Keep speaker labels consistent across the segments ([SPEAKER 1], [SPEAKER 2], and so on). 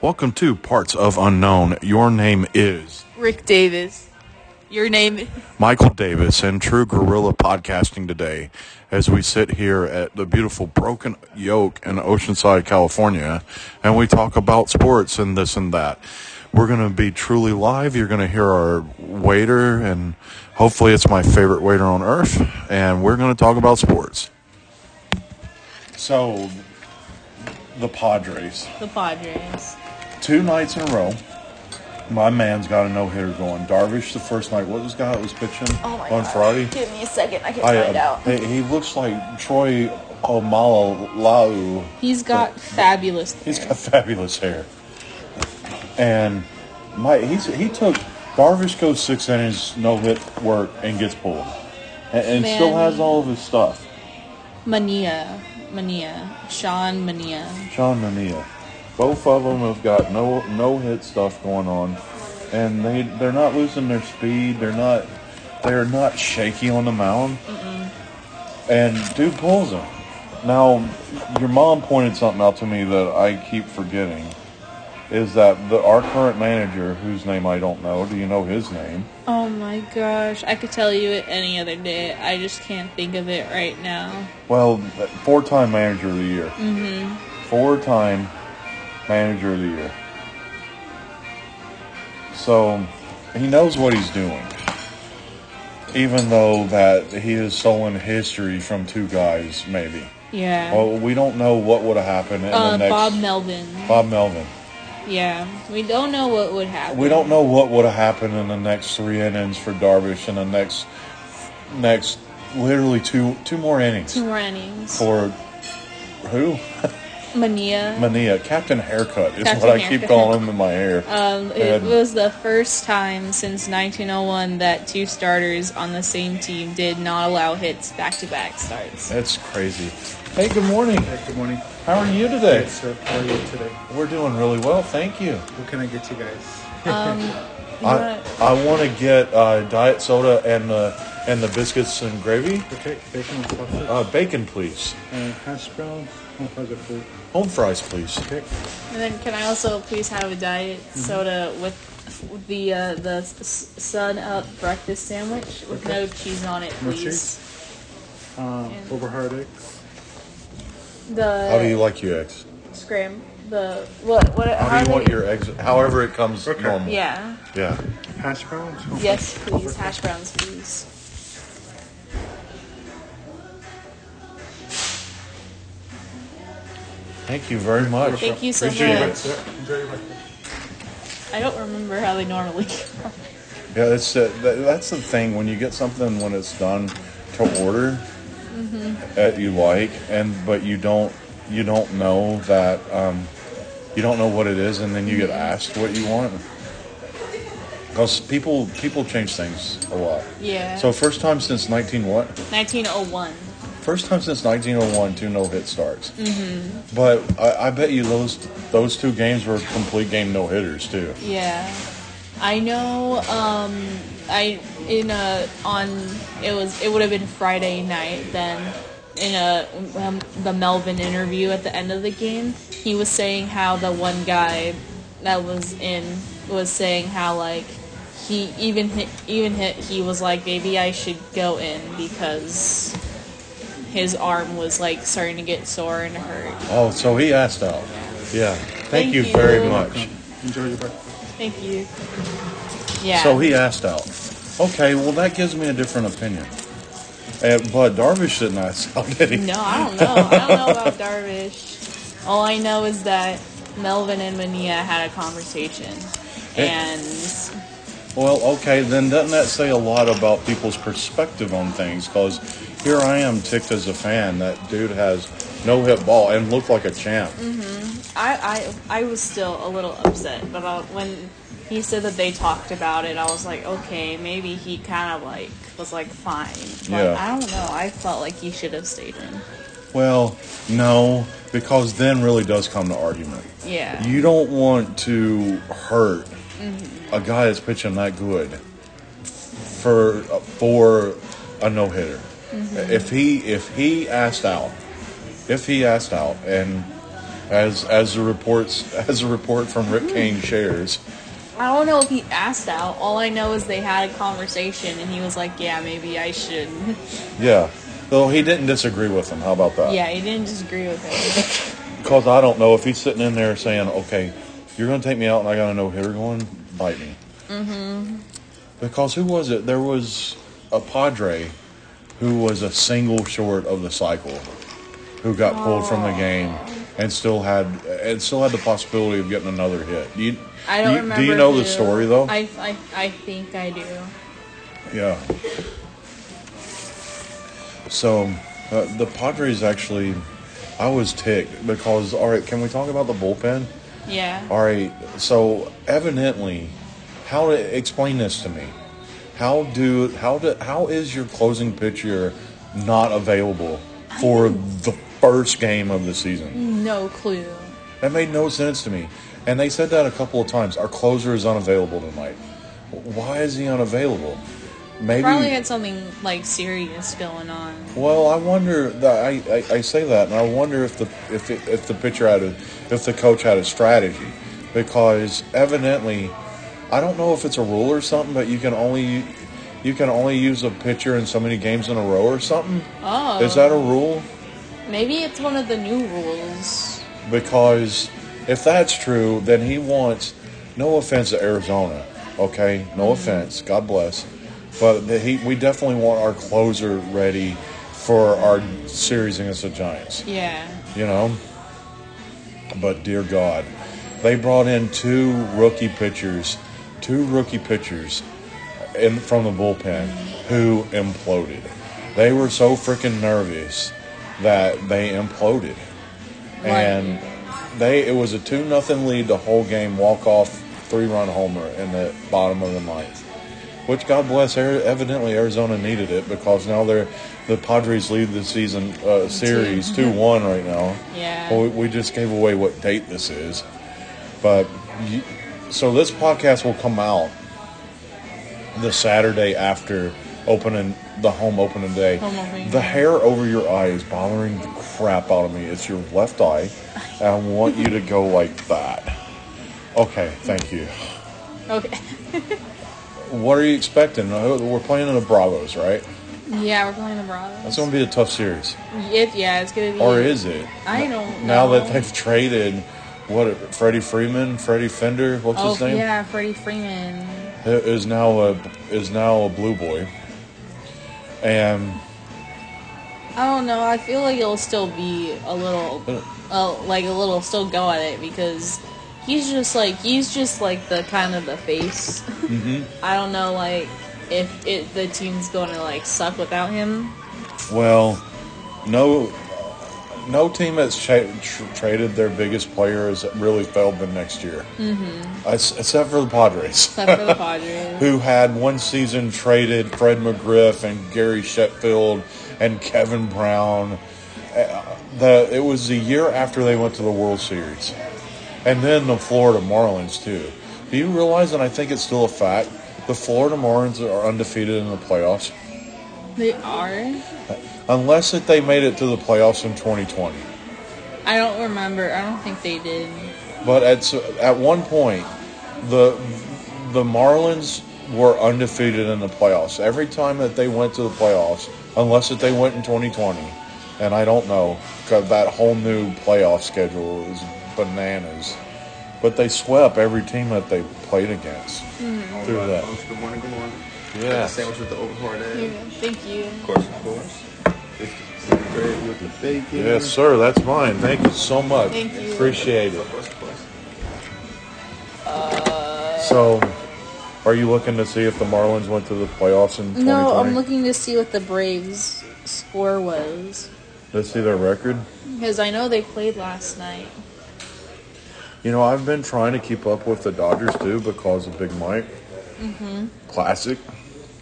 [SPEAKER 1] Welcome to Parts of Unknown. Your name is
[SPEAKER 2] Rick Davis. Your name.
[SPEAKER 1] Michael Davis and True Gorilla Podcasting today as we sit here at the beautiful Broken Yoke in Oceanside, California, and we talk about sports and this and that. We're going to be truly live. You're going to hear our waiter, and hopefully, it's my favorite waiter on earth, and we're going to talk about sports. So, the Padres,
[SPEAKER 2] The Padres.
[SPEAKER 1] two nights in a row. My man's got a no hitter going. Darvish, the first night, what was the guy that was pitching on Friday?
[SPEAKER 2] Oh Give me a second. I can
[SPEAKER 1] I,
[SPEAKER 2] find
[SPEAKER 1] uh,
[SPEAKER 2] out.
[SPEAKER 1] he, he looks like Troy Omalau.
[SPEAKER 2] He's got fabulous.
[SPEAKER 1] He's
[SPEAKER 2] hair.
[SPEAKER 1] got fabulous hair, and my he's he took Darvish goes six innings, no hit work, and gets pulled, and, and still
[SPEAKER 2] Man.
[SPEAKER 1] has all of his stuff.
[SPEAKER 2] Mania. Mania. Sean Mania.
[SPEAKER 1] Sean Mania, both of them have got no no hit stuff going on, and they they're not losing their speed. They're not they're not shaky on the mound, and dude pulls them. Now, your mom pointed something out to me that I keep forgetting. Is that the, our current manager, whose name I don't know? Do you know his name?
[SPEAKER 2] Oh my gosh. I could tell you it any other day. I just can't think of it right now.
[SPEAKER 1] Well, four-time manager of the year. Mm-hmm. Four-time manager of the year. So he knows what he's doing, even though that he is stolen history from two guys, maybe.
[SPEAKER 2] Yeah.
[SPEAKER 1] Well, we don't know what would have happened in
[SPEAKER 2] uh,
[SPEAKER 1] Oh, the next
[SPEAKER 2] Bob Melvin.
[SPEAKER 1] Bob Melvin.
[SPEAKER 2] Yeah. We don't know what would happen.
[SPEAKER 1] We don't know what would have happened in the next three innings for Darvish in the next next literally two two more innings
[SPEAKER 2] Two more innings.
[SPEAKER 1] for who?
[SPEAKER 2] Mania.
[SPEAKER 1] Mania, Captain Haircut is
[SPEAKER 2] Captain
[SPEAKER 1] what I keep
[SPEAKER 2] Haircut.
[SPEAKER 1] calling him in my hair.
[SPEAKER 2] Um, it
[SPEAKER 1] And
[SPEAKER 2] was the first time since 1901 that two starters on the same team did not allow hits back-to-back starts.
[SPEAKER 1] That's crazy. Hey, good morning.
[SPEAKER 3] Good morning.
[SPEAKER 1] How are you today?
[SPEAKER 3] Good, sir. How are you today?
[SPEAKER 1] We're doing really well, thank you.
[SPEAKER 3] What can I get you guys?
[SPEAKER 2] You
[SPEAKER 1] I,
[SPEAKER 2] wanna-
[SPEAKER 1] I want to get uh, diet soda and uh, and the biscuits and gravy.
[SPEAKER 3] Okay, bacon and sausage.
[SPEAKER 1] Uh, bacon, please.
[SPEAKER 3] and hash browns. And further food.
[SPEAKER 1] Home fries, please.
[SPEAKER 3] Okay.
[SPEAKER 2] and then can I also please have a diet
[SPEAKER 1] Mm-hmm.
[SPEAKER 2] soda with with the uh, the s- s- sun up breakfast sandwich with
[SPEAKER 3] Okay.
[SPEAKER 2] no cheese on it,
[SPEAKER 3] No
[SPEAKER 2] please.
[SPEAKER 1] Uh,
[SPEAKER 3] Um,
[SPEAKER 1] oh.
[SPEAKER 3] over hard eggs.
[SPEAKER 2] The
[SPEAKER 1] How do you like your eggs?
[SPEAKER 2] scram the what what
[SPEAKER 1] How do you want your eggs? However it comes
[SPEAKER 3] Okay.
[SPEAKER 1] normal.
[SPEAKER 2] yeah
[SPEAKER 1] Yeah.
[SPEAKER 3] Hash browns. home
[SPEAKER 2] yes
[SPEAKER 3] fries,
[SPEAKER 2] please
[SPEAKER 3] over-
[SPEAKER 2] hash browns please.
[SPEAKER 1] Thank you very much.
[SPEAKER 2] Thank you so
[SPEAKER 1] Appreciate
[SPEAKER 2] much.
[SPEAKER 1] it.
[SPEAKER 3] That's it. Enjoy your breakfast.
[SPEAKER 2] I don't remember how they normally. Come.
[SPEAKER 1] Yeah, that's uh, that, that's the thing when you get something when it's done to order
[SPEAKER 2] Mm-hmm.
[SPEAKER 1] that you like, and but you don't you don't know that um, you don't know what it is, and then you get
[SPEAKER 2] Mm-hmm.
[SPEAKER 1] asked what you want because people people change things a lot.
[SPEAKER 2] Yeah.
[SPEAKER 1] So first time since nineteen what?
[SPEAKER 2] 1901.
[SPEAKER 1] First time since nineteen oh one two no hit starts. Mm-hmm. But I, I bet you those those two games were complete game no hitters too.
[SPEAKER 2] Yeah, I know. Um, I in a on it was it would have been Friday night then. In a um, the Melvin interview at the end of the game, he was saying how the one guy that was in was saying how like he even hit, even hit he was like maybe I should go in because his arm was like starting to get sore and hurt.
[SPEAKER 1] Oh, so he asked out. Yeah. Thank,
[SPEAKER 2] Thank
[SPEAKER 1] you,
[SPEAKER 2] you.
[SPEAKER 1] very
[SPEAKER 2] You're
[SPEAKER 1] much.
[SPEAKER 3] Enjoy your breakfast.
[SPEAKER 2] Thank you. Yeah.
[SPEAKER 1] So he asked out. Okay, well that gives me a different opinion. Uh, but Darvish didn't ask out, did he?
[SPEAKER 2] No, I don't know. I don't know about Darvish. All I know is that Melvin and Mania had a conversation.
[SPEAKER 1] Hey.
[SPEAKER 2] And
[SPEAKER 1] Well, okay, then doesn't that say a lot about people's perspective on things? Because here I am, ticked as a fan. That dude has no hit ball and looked like a champ.
[SPEAKER 2] I, I, I was still a little upset, but uh, when he said that they talked about it, I was like, okay, maybe he kind of like was like fine. But
[SPEAKER 1] Yeah.
[SPEAKER 2] I don't know. I felt like he should have stayed in.
[SPEAKER 1] Well, no, because then really does come to argument.
[SPEAKER 2] Yeah.
[SPEAKER 1] You don't want to hurt a guy that's pitching that good for for a no hitter. If he if he asked out, if he asked out, and as as the reports as a report from Rick Kane shares.
[SPEAKER 2] I don't know if he asked out. All I know is they had a conversation, and he was like, "Yeah, maybe I should."
[SPEAKER 1] Yeah, though he didn't disagree with him. How about that?
[SPEAKER 2] yeah, he didn't disagree with it.
[SPEAKER 1] Because I don't know if he's sitting in there saying, "Okay, you're going to take me out, and I got a no hitter going, bite me." Mm-hmm. Because who was it? There was a Padre who was a single short of the cycle, who got pulled from the game, and still had and still had the possibility of getting another hit. Do you,
[SPEAKER 2] I don't
[SPEAKER 1] do you,
[SPEAKER 2] remember.
[SPEAKER 1] Do you know
[SPEAKER 2] who.
[SPEAKER 1] the story though?
[SPEAKER 2] I, I, I think I do.
[SPEAKER 1] Yeah. So, uh, the Padres actually, I was ticked because, all right, can we talk about the bullpen?
[SPEAKER 2] Yeah.
[SPEAKER 1] All right, so evidently, how to explain this to me? How do how do how is your closing pitcher not available for the first game of the season?
[SPEAKER 2] No clue.
[SPEAKER 1] That made no sense to me. And they said that a couple of times. Our closer is unavailable tonight. Why is he unavailable? Maybe
[SPEAKER 2] Probably had something like serious going on.
[SPEAKER 1] Well, I wonder. That I, I, I say that, and I wonder if the if the, if the pitcher had a if the coach had a strategy, because evidently, I don't know if it's a rule or something, but you can only you can only use a pitcher in so many games in a row or something.
[SPEAKER 2] Oh.
[SPEAKER 1] Is that a rule?
[SPEAKER 2] Maybe it's one of the new rules.
[SPEAKER 1] Because if that's true, then he wants. No offense to Arizona, okay? No offense. God bless. But the, he, we definitely want our closer ready for our series against the Giants.
[SPEAKER 2] Yeah.
[SPEAKER 1] you know. But dear God, they brought in two rookie pitchers, two rookie pitchers, in from the bullpen who imploded. They were so freaking nervous that they imploded, and they it was a two nothing lead the whole game. Walk off three run homer in the bottom of the ninth. Which God bless, Ari- evidently Arizona needed it because now they're the Padres lead the season uh, series two one right now.
[SPEAKER 2] Mm-hmm. Yeah.
[SPEAKER 1] Well, we, we just gave away what date this is, but you, so this podcast will come out the Saturday after opening the home opening day.
[SPEAKER 2] Home opening
[SPEAKER 1] the
[SPEAKER 2] day.
[SPEAKER 1] hair over your eye is bothering the crap out of me. It's your left eye. And I want you to go like that. Okay, thank you.
[SPEAKER 2] Okay.
[SPEAKER 1] What are you expecting? We're playing in the Bravos, right?
[SPEAKER 2] Yeah, we're playing the Bravos.
[SPEAKER 1] That's going to be a tough series.
[SPEAKER 2] It, yeah, it's gonna be.
[SPEAKER 1] Or is it?
[SPEAKER 2] I don't
[SPEAKER 1] Now
[SPEAKER 2] know.
[SPEAKER 1] that they've traded, what, Freddie Freeman, Freddie Fender, what's
[SPEAKER 2] Oh
[SPEAKER 1] his name?
[SPEAKER 2] yeah, Freddie Freeman.
[SPEAKER 1] Is now a is now a blue boy, and
[SPEAKER 2] I don't know. I feel like it'll still be a little, uh, like a little still go at it because he's just like he's just like the kind of the face. I don't know, like if it the team's going to like suck without him.
[SPEAKER 1] Well, no, no team that's tra- tr- traded their biggest player has really failed the next year, mm-hmm. except for the Padres,
[SPEAKER 2] Except for the Padres.
[SPEAKER 1] who had one season traded Fred McGriff and Gary Sheffield and Kevin Brown. Uh, The it was the year after they went to the World Series, and then the Florida Marlins too. Do you realize? And I think it's still a fact. The Florida Marlins are undefeated in the playoffs
[SPEAKER 2] They are.
[SPEAKER 1] unless if they made it to the playoffs in 2020.
[SPEAKER 2] I don't remember. I don't think they did.
[SPEAKER 1] But at s- at one point, the the Marlins were undefeated in the playoffs. Every time that they went to the playoffs, unless that they went in 2020, and I don't know, 'cause that whole new playoff schedule is bananas. But they swept every team that they played against through that.
[SPEAKER 4] Good morning, good morning.
[SPEAKER 1] Yeah.
[SPEAKER 4] Sandwich with the open heart egg.
[SPEAKER 2] Thank you.
[SPEAKER 4] Of course, of course. Biscuits, bread with the bacon.
[SPEAKER 1] Yes, sir. That's mine. Thank you so much.
[SPEAKER 2] Thank you.
[SPEAKER 1] Appreciate it.
[SPEAKER 4] Of course, of course.
[SPEAKER 1] So, are you looking to see if the Marlins went to the playoffs in 2020?
[SPEAKER 2] No, I'm looking to see what the Braves score was
[SPEAKER 1] Let's see their record.
[SPEAKER 2] because I know they played last night.
[SPEAKER 1] You know, I've been trying to keep up with the Dodgers too because of Big Mike. Classic.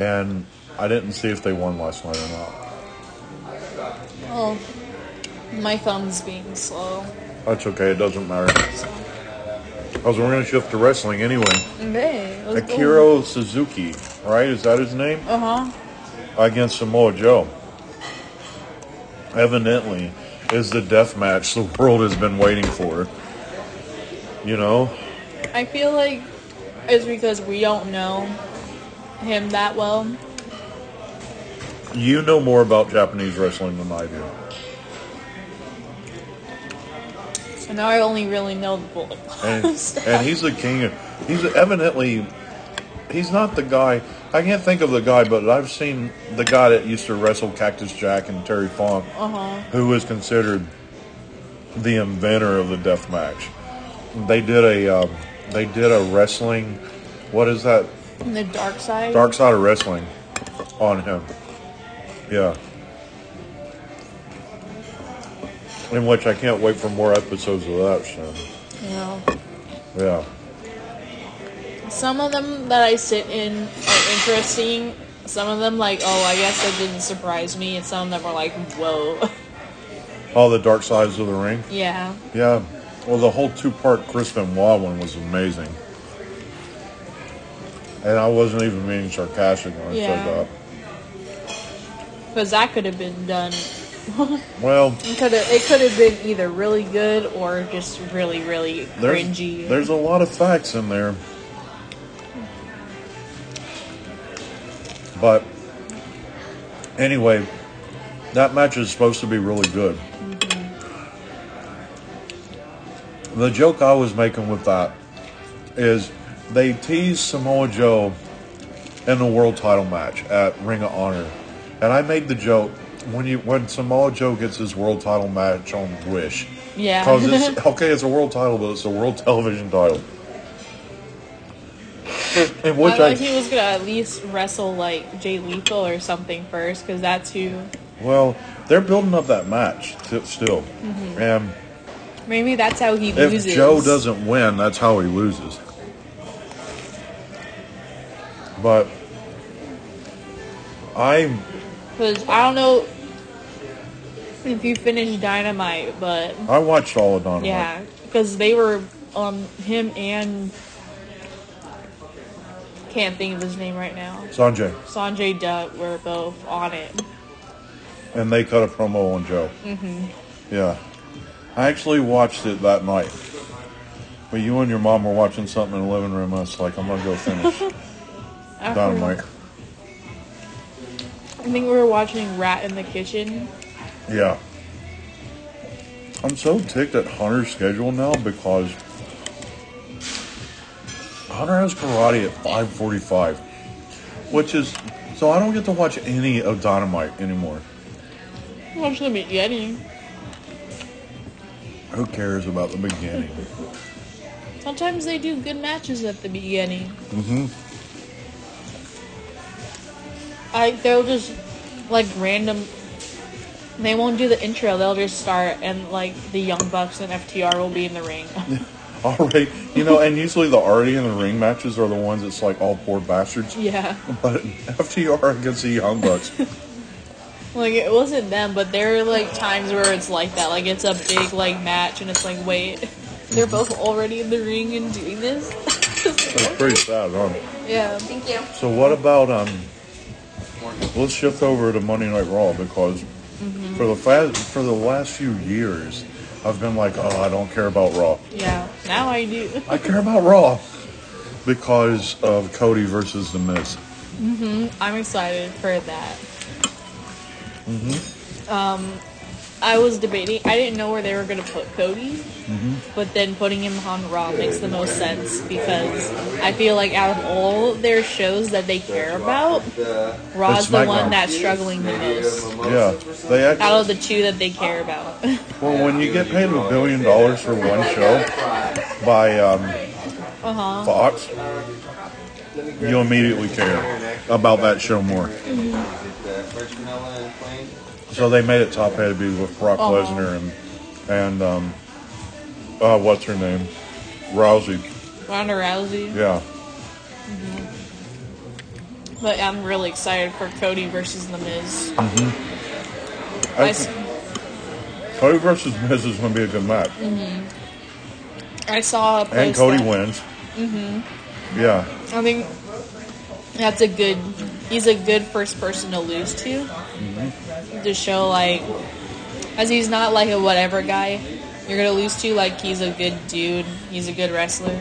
[SPEAKER 1] And I didn't see if they won last night or not.
[SPEAKER 2] Oh, my thumb's being slow.
[SPEAKER 1] That's okay. It doesn't matter.
[SPEAKER 2] So.
[SPEAKER 1] Because we're going to shift to wrestling anyway.
[SPEAKER 2] Okay.
[SPEAKER 1] Akiro Suzuki, right? Is that his name?
[SPEAKER 2] Uh huh.
[SPEAKER 1] Against Samoa Joe. Evidently, is the death match the world has been waiting for. You know,
[SPEAKER 2] I feel like it's because we don't know him that well.
[SPEAKER 1] you know more about Japanese wrestling than I do.
[SPEAKER 2] And now I only really know the Bullet
[SPEAKER 1] and,
[SPEAKER 2] Club stuff.
[SPEAKER 1] and he's the king. Of, he's evidently, he's not the guy. I can't think of the guy, but I've seen the guy that used to wrestle Cactus Jack and Terry Funk,
[SPEAKER 2] Uh-huh.
[SPEAKER 1] who was considered the inventor of the death match. They did a, um, they did a wrestling. What is that?
[SPEAKER 2] And the dark side.
[SPEAKER 1] Dark Side of Wrestling on him. Yeah. In which I can't wait for more episodes of that. So,
[SPEAKER 2] You know,
[SPEAKER 1] yeah.
[SPEAKER 2] some of them that I sit in are interesting. Some of them, like, oh, I guess that didn't surprise me. And some of them are like, whoa.
[SPEAKER 1] All Oh, the dark sides of the ring.
[SPEAKER 2] yeah.
[SPEAKER 1] Yeah. Well, the whole two-part Chris Benoit one was amazing. And I wasn't even being sarcastic when I
[SPEAKER 2] Yeah.
[SPEAKER 1] said
[SPEAKER 2] Because that could have been done.
[SPEAKER 1] that. Well,
[SPEAKER 2] It could have. It could have been either really good or just really, really
[SPEAKER 1] there's
[SPEAKER 2] cringy.
[SPEAKER 1] there's a lot of facts in there, but anyway, that match is supposed to be really good. The joke I was making with that is they teased Samoa Joe in the world title match at Ring of Honor, and I made the joke when you when Samoa Joe gets his world title match on Wish.
[SPEAKER 2] Yeah.
[SPEAKER 1] Because it's okay, it's a world title, but it's a world television title. In
[SPEAKER 2] I
[SPEAKER 1] which
[SPEAKER 2] thought
[SPEAKER 1] I
[SPEAKER 2] he was gonna at least wrestle like Jay Lethal or something first, because that's who.
[SPEAKER 1] well, they're building up that match t- still, and
[SPEAKER 2] Maybe that's how Mm-hmm. he
[SPEAKER 1] if
[SPEAKER 2] loses.
[SPEAKER 1] Joe doesn't win, that's how he loses. But I
[SPEAKER 2] Because I don't know if you finished Dynamite, but
[SPEAKER 1] I watched all of Dynamite.
[SPEAKER 2] yeah, because they were um him and can't think of his name right now.
[SPEAKER 1] Sanjay,
[SPEAKER 2] Sanjay Dutt were both on it.
[SPEAKER 1] and they cut a promo on Joe. Mm-hmm. Yeah, I actually watched it that night. But you and your mom were watching something in the living room. I was like, I'm gonna go finish.
[SPEAKER 2] I don't
[SPEAKER 1] Dynamite.
[SPEAKER 2] I think we were watching Rat in the Kitchen.
[SPEAKER 1] Yeah. I'm so ticked at Hunter's schedule now because Hunter has karate at 5:45, which is so I don't get to watch any of Dynamite anymore.
[SPEAKER 2] Watch the beginning.
[SPEAKER 1] Who cares about the beginning?
[SPEAKER 2] Sometimes they do good matches at the beginning.
[SPEAKER 1] Mhm.
[SPEAKER 2] I they'll just like random. They won't do the intro. They'll just start and like the Young Bucks and FTR will be in the ring.
[SPEAKER 1] All right, you know, and usually the already in the ring matches are the ones that's like all poor bastards.
[SPEAKER 2] yeah,
[SPEAKER 1] But FTR against the Young Bucks,
[SPEAKER 2] like it wasn't them, but there are like times where it's like that. Like it's a big like match and it's like wait, they're both already in the ring and doing this.
[SPEAKER 1] it's pretty sad, huh?
[SPEAKER 2] yeah.
[SPEAKER 5] Thank you.
[SPEAKER 1] So what about um? Let's shift over to Monday Night Raw because for the fa- for the last few years, I've been like, oh, I don't care about Raw.
[SPEAKER 2] Yeah, now I do.
[SPEAKER 1] I care about Raw because of Cody versus The Miz.
[SPEAKER 2] I'm excited for that.
[SPEAKER 1] Mm-hmm.
[SPEAKER 2] Um, I was debating. I didn't know where they were going to put Cody,
[SPEAKER 1] Mm-hmm.
[SPEAKER 2] but then putting him on Raw makes the most sense because I feel like out of all their shows that they care about, Raw's the
[SPEAKER 1] SmackDown.
[SPEAKER 2] one that's struggling the most.
[SPEAKER 1] Yeah, they act-
[SPEAKER 2] Out of the two that they care about,
[SPEAKER 1] well when you get paid a billion dollars for one show by um,
[SPEAKER 2] uh huh.
[SPEAKER 1] Fox, you immediately care about that show more. So they made it top heavy with Brock
[SPEAKER 2] Oh.
[SPEAKER 1] Lesnar and and um, uh, what's her name, Rousey.
[SPEAKER 2] Ronda Rousey.
[SPEAKER 1] Yeah,
[SPEAKER 2] But I'm really excited for Cody versus The Miz. I
[SPEAKER 1] I
[SPEAKER 2] s-
[SPEAKER 1] think Cody versus Miz is going to be a good match,
[SPEAKER 2] Mm-hmm. I saw a post
[SPEAKER 1] and Cody
[SPEAKER 2] that-
[SPEAKER 1] wins. Mm-hmm. Yeah,
[SPEAKER 2] I think that's a good. He's a good first person to lose to, to show like as he's not like a whatever guy you're gonna lose to. Like he's a good dude. He's a good wrestler,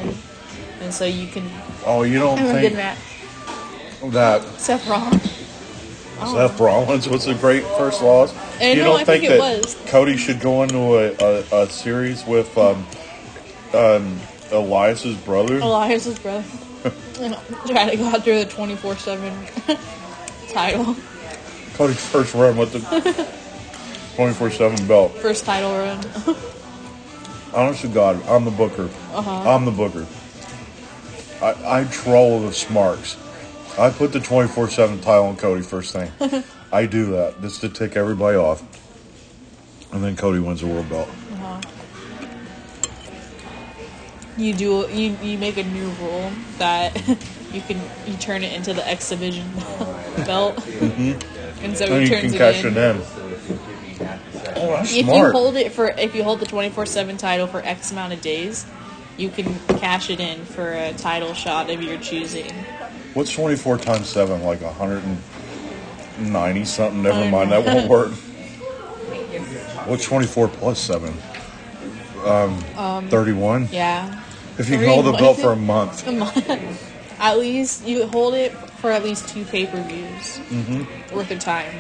[SPEAKER 2] and so you can.
[SPEAKER 1] Oh, you don't
[SPEAKER 2] I'm a good
[SPEAKER 1] think
[SPEAKER 2] rat.
[SPEAKER 1] that
[SPEAKER 2] Seth Rollins.
[SPEAKER 1] Seth Rollins was a great first loss?
[SPEAKER 2] I
[SPEAKER 1] you
[SPEAKER 2] know,
[SPEAKER 1] don't
[SPEAKER 2] Oh. Uh, I think
[SPEAKER 1] think
[SPEAKER 2] it
[SPEAKER 1] that
[SPEAKER 2] was.
[SPEAKER 1] Cody should go into a, a, a series with um, um, Elias's brother?
[SPEAKER 2] Elias is brother. Try to go out through the 24 7 title.
[SPEAKER 1] Cody's first run with the 24-7 belt.
[SPEAKER 2] First title run.
[SPEAKER 1] Honest to God, I'm the booker.
[SPEAKER 2] Uh-huh.
[SPEAKER 1] I'm the booker. I, I troll the smarks. I put the 24-7 title on Cody first thing. I do that just to tick everybody off. And then Cody wins the world belt.
[SPEAKER 2] you do you, you make a new rule that you can you turn it into the X division belt. And so
[SPEAKER 1] And
[SPEAKER 2] he
[SPEAKER 1] you can
[SPEAKER 2] turns it
[SPEAKER 1] Mm-hmm. cash
[SPEAKER 2] in.
[SPEAKER 1] it in. Oh, that's
[SPEAKER 2] If you
[SPEAKER 1] smart.
[SPEAKER 2] hold it for if you hold the 24/7 title for X amount of days, you can cash it in for a title shot of your choosing.
[SPEAKER 1] What's 24 times 7? Like 190 something? Never
[SPEAKER 2] I
[SPEAKER 1] mind,
[SPEAKER 2] know.
[SPEAKER 1] that won't work. What's 24 plus 7? Um, 31?
[SPEAKER 2] Yeah.
[SPEAKER 1] If you can hold the
[SPEAKER 2] 31.
[SPEAKER 1] belt for a month.
[SPEAKER 2] Come on. at least you hold it for at least two pay-per-views
[SPEAKER 1] Mm-hmm.
[SPEAKER 2] worth of time.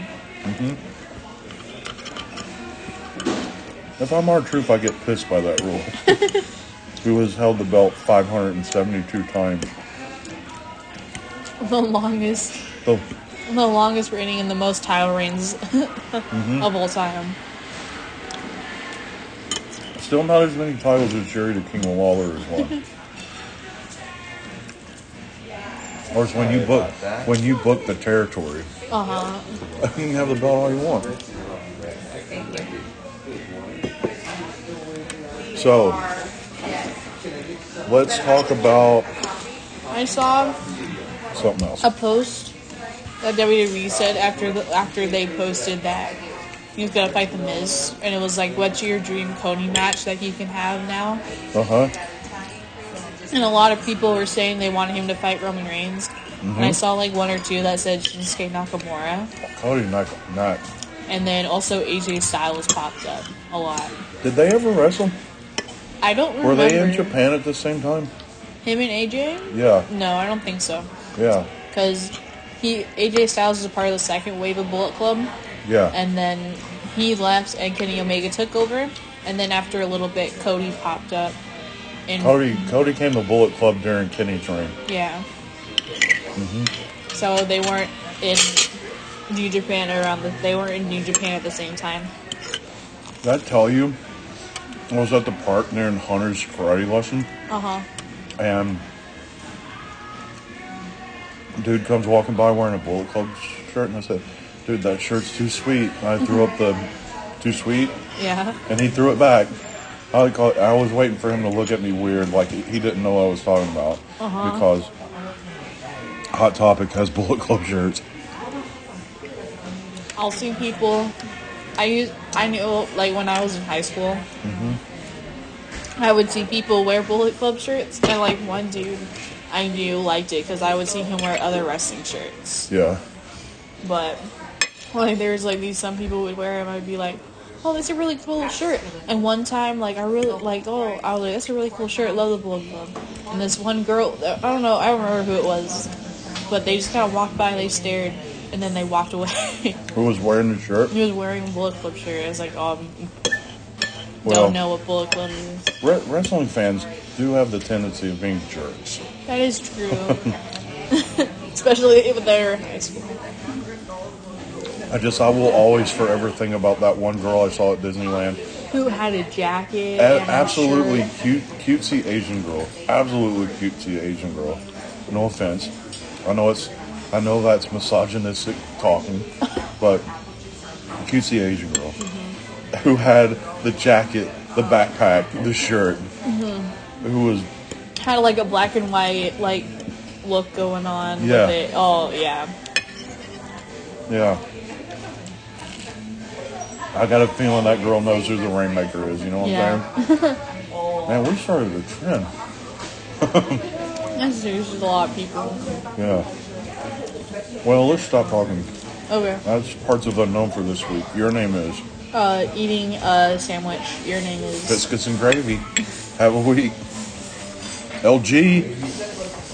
[SPEAKER 1] If I'm our Truth, I get pissed by that rule. Who has held the belt 572 times?
[SPEAKER 2] The longest
[SPEAKER 1] The,
[SPEAKER 2] the longest reigning and the most title reigns
[SPEAKER 1] Mm-hmm.
[SPEAKER 2] of all time.
[SPEAKER 1] still not as many titles as Jerry the King Lawler has won. Or it's when you book when you book the territory.
[SPEAKER 2] Uh-huh.
[SPEAKER 1] You can have the belt all you want. So let's talk about
[SPEAKER 2] I saw
[SPEAKER 1] something else.
[SPEAKER 2] a post that WWE said after the, after they posted that he was gonna fight the Miz, and it was like, "What's your dream Cody match that you can have now?"
[SPEAKER 1] Uh huh.
[SPEAKER 2] And a lot of people were saying they wanted him to fight Roman Reigns. And
[SPEAKER 1] Mm-hmm.
[SPEAKER 2] I saw like one or two that said Shinsuke Nakamura,
[SPEAKER 1] Cody Oh, not not.
[SPEAKER 2] and then also AJ Styles popped up a lot.
[SPEAKER 1] Did they ever wrestle?
[SPEAKER 2] I don't
[SPEAKER 1] Were
[SPEAKER 2] remember.
[SPEAKER 1] they in Japan at the same time?
[SPEAKER 2] Him and AJ?
[SPEAKER 1] Yeah,
[SPEAKER 2] No, I don't think so.
[SPEAKER 1] yeah,
[SPEAKER 2] Because he AJ Styles is a part of the second wave of Bullet Club.
[SPEAKER 1] yeah.
[SPEAKER 2] and then he left and Kenny Omega took over and then after a little bit Cody popped up and
[SPEAKER 1] Cody Cody came to Bullet Club during Kenny's reign.
[SPEAKER 2] yeah so they weren't in New Japan around the they weren't in New Japan at the same time
[SPEAKER 1] Did I tell you? I was at the park there in Hunter's karate lesson,
[SPEAKER 2] uh-huh
[SPEAKER 1] and dude comes walking by wearing a Bullet Club shirt, and I said, "Dude, that shirt's too sweet." And I threw up the too sweet,
[SPEAKER 2] yeah
[SPEAKER 1] and he threw it back. I, call, I was waiting for him to look at me weird, like he, he didn't know what I was talking about,
[SPEAKER 2] Uh-huh.
[SPEAKER 1] because Hot Topic has Bullet Club shirts.
[SPEAKER 2] I'll see people I use I knew like when I was in high school I would see people wear Bullet Club shirts and like one dude I knew liked it because I would see him wear other wrestling shirts
[SPEAKER 1] Yeah.
[SPEAKER 2] But like there's like these some people would wear them. I'd be like, oh, that's a really cool shirt. And one time, like I really like, oh, I was like, that's a really cool shirt. Love the Bullet Club. And this one girl, I don't know, I don't remember who it was, but they just kind of walked by, they stared, and then they walked away.
[SPEAKER 1] Who was wearing the shirt?
[SPEAKER 2] he was wearing a Bullet Club shirt. I was like, um,
[SPEAKER 1] Well,
[SPEAKER 2] don't know what Bullet Club is.
[SPEAKER 1] re- wrestling fans do have the tendency of being jerks.
[SPEAKER 2] That is true. Especially if they're in high school.
[SPEAKER 1] I just, I will always forever think about that one girl I saw at Disneyland.
[SPEAKER 2] Who had a jacket?
[SPEAKER 1] A-
[SPEAKER 2] and a
[SPEAKER 1] absolutely
[SPEAKER 2] shirt?
[SPEAKER 1] cute, cutesy Asian girl. Absolutely cutesy Asian girl. No offense. I know it's, I know that's misogynistic talking, but cutesy Asian girl who had the jacket, the backpack, the shirt, who was
[SPEAKER 2] had like a black and white like look going on
[SPEAKER 1] Yeah.
[SPEAKER 2] with it. Oh yeah.
[SPEAKER 1] Yeah. I got a feeling that girl knows who the Rainmaker is, you know what
[SPEAKER 2] Yeah.
[SPEAKER 1] I'm saying? Man, we started a trend.
[SPEAKER 2] That's there's just a lot of people.
[SPEAKER 1] Yeah. Well, let's stop talking.
[SPEAKER 2] Okay.
[SPEAKER 1] That's parts of unknown for this week. Your name is
[SPEAKER 2] uh, eating a sandwich. Your name is
[SPEAKER 1] Biscuits and gravy. Have a week. LG.